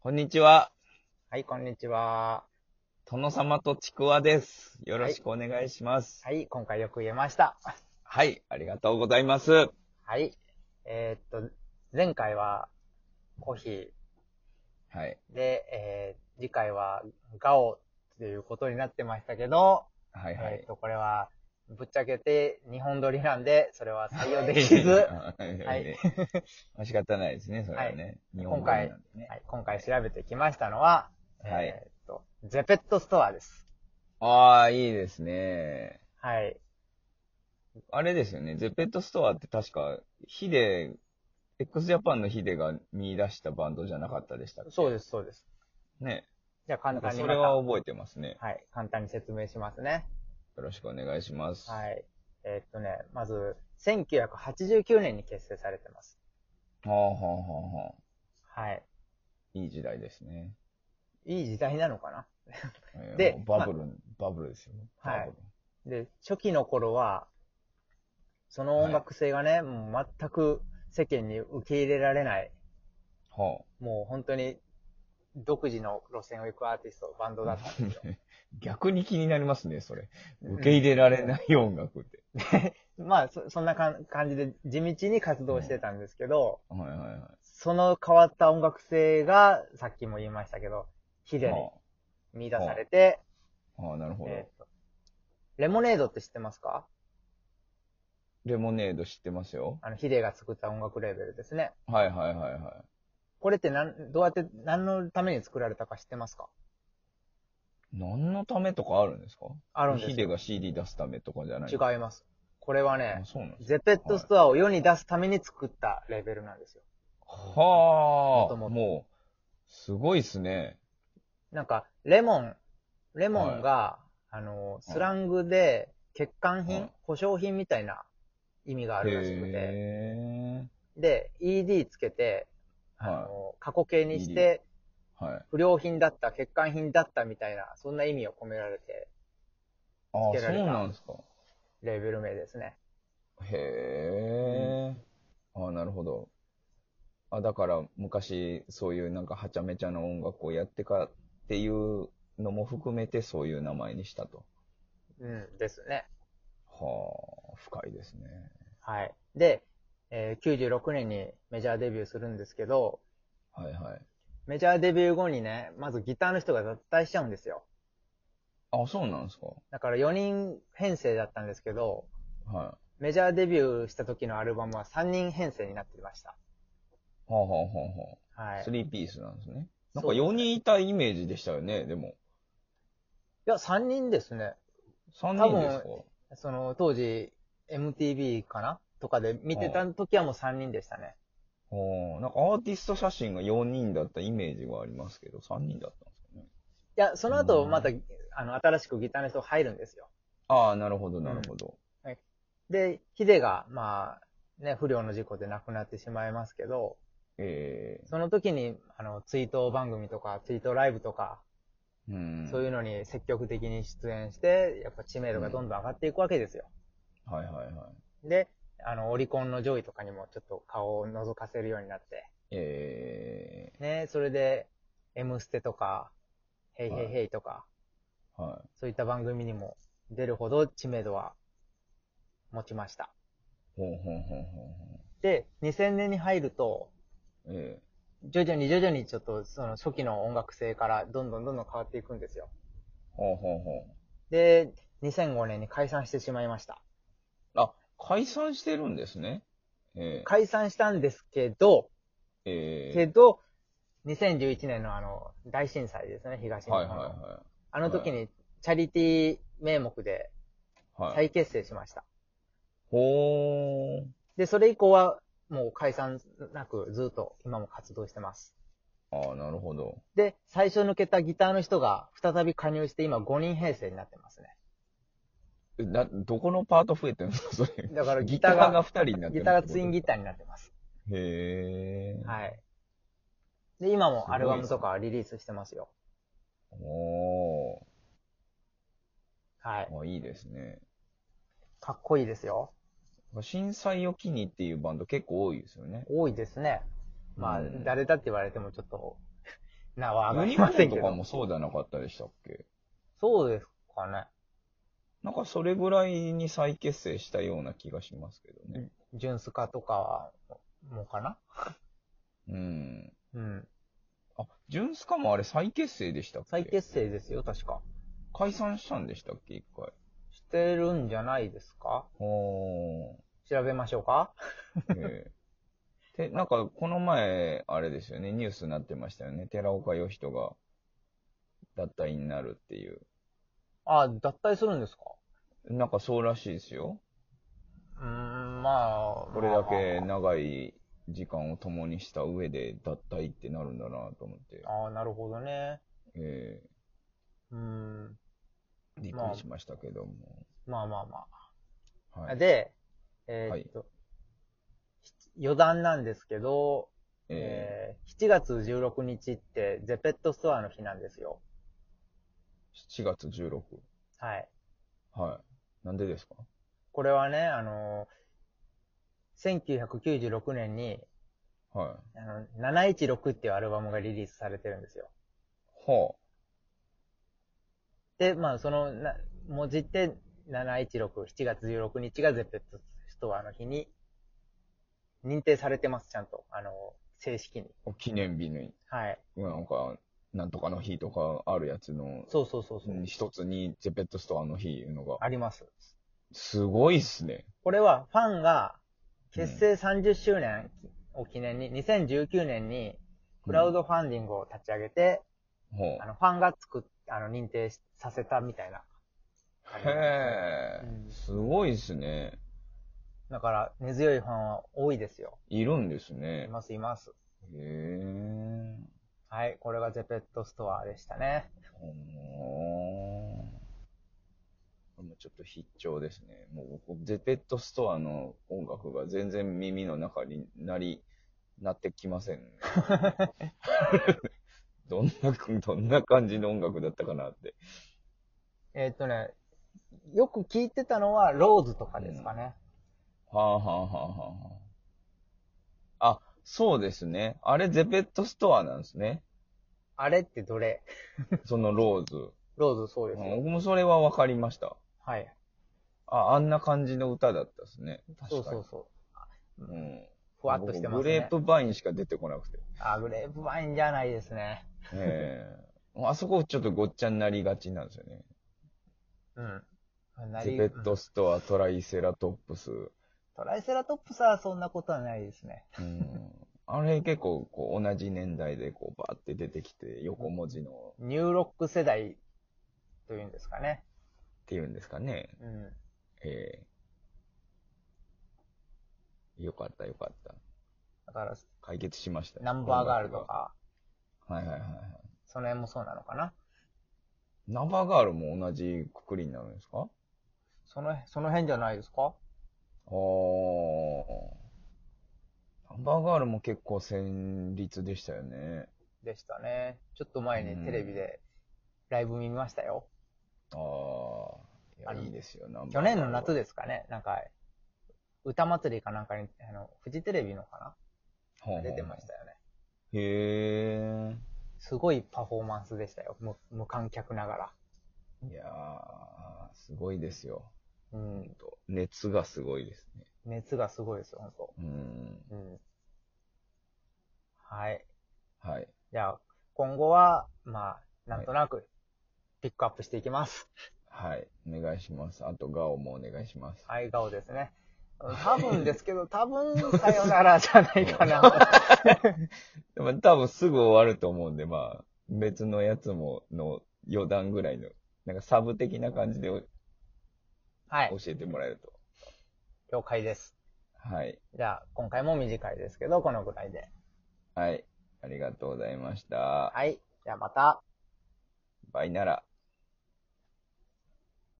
こんにちは。はい、こんにちは。殿様とちくわです。よろしくお願いします。はい、今回よく言えました。はい、ありがとうございます。はい。えーっと、前回はコヒーはい。で、えー、次回はガオっていうことになってましたけど、はいはえーっい。と、これはぶっちゃけて日本撮りなんで、それは採用 できず、ははい。 まあ仕方ないですね、それはね。日本語今回なんでね。い、今回調べてきましたのは、はいえーっと、ゼペットストアです。ああ、いいですね。はい。あれですよね、ゼペットストアって確か、ヒデ、x ジャパンのヒデが見出したバンドじゃなかったでしたっけそうです、そうです。ね。じゃあ簡単にそまれた、はは覚えてますね。い、簡単に説明しますね。よろしくお願いします。はい。えーっとね、まず、1989年に結成されてます。はあはあはあはあ。はい。いい時代ですね。いい時代なのかなでで、もうバブル、バブルですよ。はいバブルで、初期の頃は、その音楽性がね、もう全く世間に受け入れられない、はあ。もう本当に独自の路線を行くアーティスト、バンドだったんですよ。 逆に気になりますね、それ。受け入れられない音楽って。まあ、そそんなかん感じで地道に活動してたんですけど、はいはいはい。その変わった音楽性が、さっきも言いましたけど、ヒデには見出されて、あ、はあ、なるほど。えーとレモネードって知ってますかレモネード知ってますよ。あの、ヒデが作った音楽レーベルですね。はいはいはいはこれってなん、どうやって、何のために作られたか知ってますかい。何のためとかあるんですかあるんでヒすよデが CD 出すためとかじゃない違います。これはねあ、そうなんですゼペットストアを世に出すために作ったレベルなんですよ。はもあ、ともともう、すごいっすね。なんか、レモン、レモンが、あの、スラングで、欠陥は品い、保証品みたいな意味があるらしくて、へで、ED つけて、え。あはの、過去形にして、い。はい。不良品だった、欠陥品だったみたいな、そんな意味を込められて、ああ、つけそられたうなんですか。レベル名ですね。へえ。ああ、なるほど。あ、だから昔そういうなんかはちゃめちゃな音楽をやってかっていうのも含めてそういう名前にしたと。うん、ですね。はあ、深いですね。はい。で、えー96年にメジャーデビューするんですけど、はいはい。メジャーデビュー後にね、まずギターの人が脱退しちゃうんですよ。あ、そうなんですか。だから4人編成だったんですけど、はい。はメジャーデビューした時のアルバムは3人編成になっていました。あはあはあははあ。い。スいリーピースなんですね。なんかそうですね4人いたイメージでしたよね、でも。や、3人ですね。 3人ですかその当時、MTV かなとかで見てた時はもう3人でしたね。はあ、なんかアーティスト写真が4人だったイメージがありますけど、3人だったんですかね。いや、その後またう、あの、新しくギターの人入るんですよ。ああ、なるほど、なるほど。で、ヒデが、まあ、ね、不良の事故で亡くなってしまいますけど、ええその時に、あの、追悼番組とか、追悼ライブとか、うん。そういうのに積極的に出演して、やっぱ知名度がどんどん上がっていくわけですよ。はいはいはい。で、あの、オリコンの上位とかにもちょっと顔を覗かせるようになって、えね、それで、M ステとか、ヘイヘイヘイとか、ー、はそういった番組にも出るほど知名度は持ちました。い。ほんほんほんほんで、2000年に入ると、ほん。え徐々に徐々にちょっとその初期の音楽性からどんどんどんどん変わっていくんですよ。ー、ほんほんほん。で、2005年に解散してしまいました。あ、解散してるんですね。えー、解散したんですけど、けえど、2011年のあの、大震災ですね、東日ー、は本いの。はあの時に、チャリティー名目でいはい。はい。再結成しました。ほー。で、それ以降は、もう解散なく、ずっと今も活動してます。ああ、なるほど。で、最初抜けたギターの人が、再び加入して、今5人編成になってますね。えな、どこの パート増えてるんですか、それ。だからギギタターがーが2人になってギターがツインギタターになってます。ー。へえ。い。はい。で、今すごいもアルバムとかリリースしてますよ。おはい。ー。あ、いいですね。かっこいいですよ。震災を機にっていうバンド結構多いですよね。多いですね。まあ、うん誰だって言われてもちょっと、 なは上が何りがませねんとけかど。もそうじゃなかったでしたっけそうですかね。なんかそれぐらいに再結成したような気がしますけどね。ジュンスカとかは、もうかなうん。うん。あ、ジュンスカもあれ再結成でしたっけ再結成ですよ、確か。解散したんでしたっけ一回。してるんじゃないですかおー。調べましょうかえ え。で、なんか、この前、あれですよね、ニュースになってましたよね。寺岡義人が、脱退になるっていう。あ、脱退するんですかなんかそうらしいですよ。うーん、まあ。これだけ長い時間を共にした上で脱退ってなるんだなと思って。ああ、なるほどね。えうーん。えびっくりしましたけども。まあまあまあ。はい。で、えーっと、余談なんですけど、ええー7月16日ってゼペットストアの日なんですよ。ー、7月16。はい。はい。なんでですかこれはね、あのー1996年に、はい。あの、716っていうアルバムがリリースされてるんですよ。はで、まあ、その、な、文字って、716、7月16日がゼペットストアの日に、認定されてます、ちゃんと。あの、正式に。あ。記念日に、はい。なんか、なんとかの日とかあるやつのそうそうそうそう。うん一つにゼペットストアの日いうのが、あります。すごいっすね。これは、ファンが、結成30周年を記念に、2019年に、クラウドファンディングを立ち上げて、ほあの、ファンが作っ、あの、認定しさせたみたいな。う。へうえ、んすごいっすね。だから、根強いファンは多いですよ。いるんですいね。ます、います。へえ。はい、これがゼペットストアでしたね。ほーもうちょっと必聴ですね。もう僕、ゼペットストアの音楽が全然耳の中になり、なってきません ね。どんな、どんな感じの音楽だったかなって。えーっとね、よく聞いてたのは、ローズとかですかね。はあはあはあはあはあ。あ、そうですね。あれ、ゼペットストアなんですね。あれってどれそのローズ。ローズ そううでんすよ。僕もそれは分かりました。はい。あ、あんな感じの歌だったですね。確かそに。うそうそう。うん。ふわっとしてますね。僕グレープバインしか出てこなく て。あ、グレープワインじゃないですね。ええあそこちょっとごっちゃになりがちなんですよね。うん。なゼりペットストア、トライセラトップス。トライセラトップスはそんなことはないですね。うん。あれ結構こう同じ年代でこうバーって出てきて横文字のっニューロック世代というんですかね。ていうんですかね。うん。ええよかったよかった。だから、解決しましたよナンバーガールと。か、はいはいはいはい。その辺もそうなのかな。ナンバーガールも同じくくりになるんですかその、その辺じゃないですかああ。ナンバーガールも結構戦慄でしたよね。でしたね。ちょっと前にテレビでライブ見ましたよ。あああ。いのや、いいですよ、ナンバ去ーガー年ルの夏で。ですかね、なんか、歌祭りかなんかに、あの、フジテレビのかほうほなう出てましたよね。へすごいパフォーマンスでしたよ。無無観客ながら。え。いやー、すごいですよ。うん。ほんと熱がすごいですね。熱がすごいですよ、本当うん。うん。はい。はい。じゃあ、今後は、まあ、なんとなく、ピックアップしていきます。はい。お願いします。あと、ガオもお願いします。はい、顔ですね。多分ですけど、多分、さよならじゃないかな。でも多分すぐ終わると思うんで、まあ、別のやつも、の余談ぐらいの、なんかサブ的な感じでお教はい、えてもらえると。了解です。はい。じゃあ、今回も短いですけど、このぐらいで。はい。ありがとうございました。はい、じゃあまた。バイなら。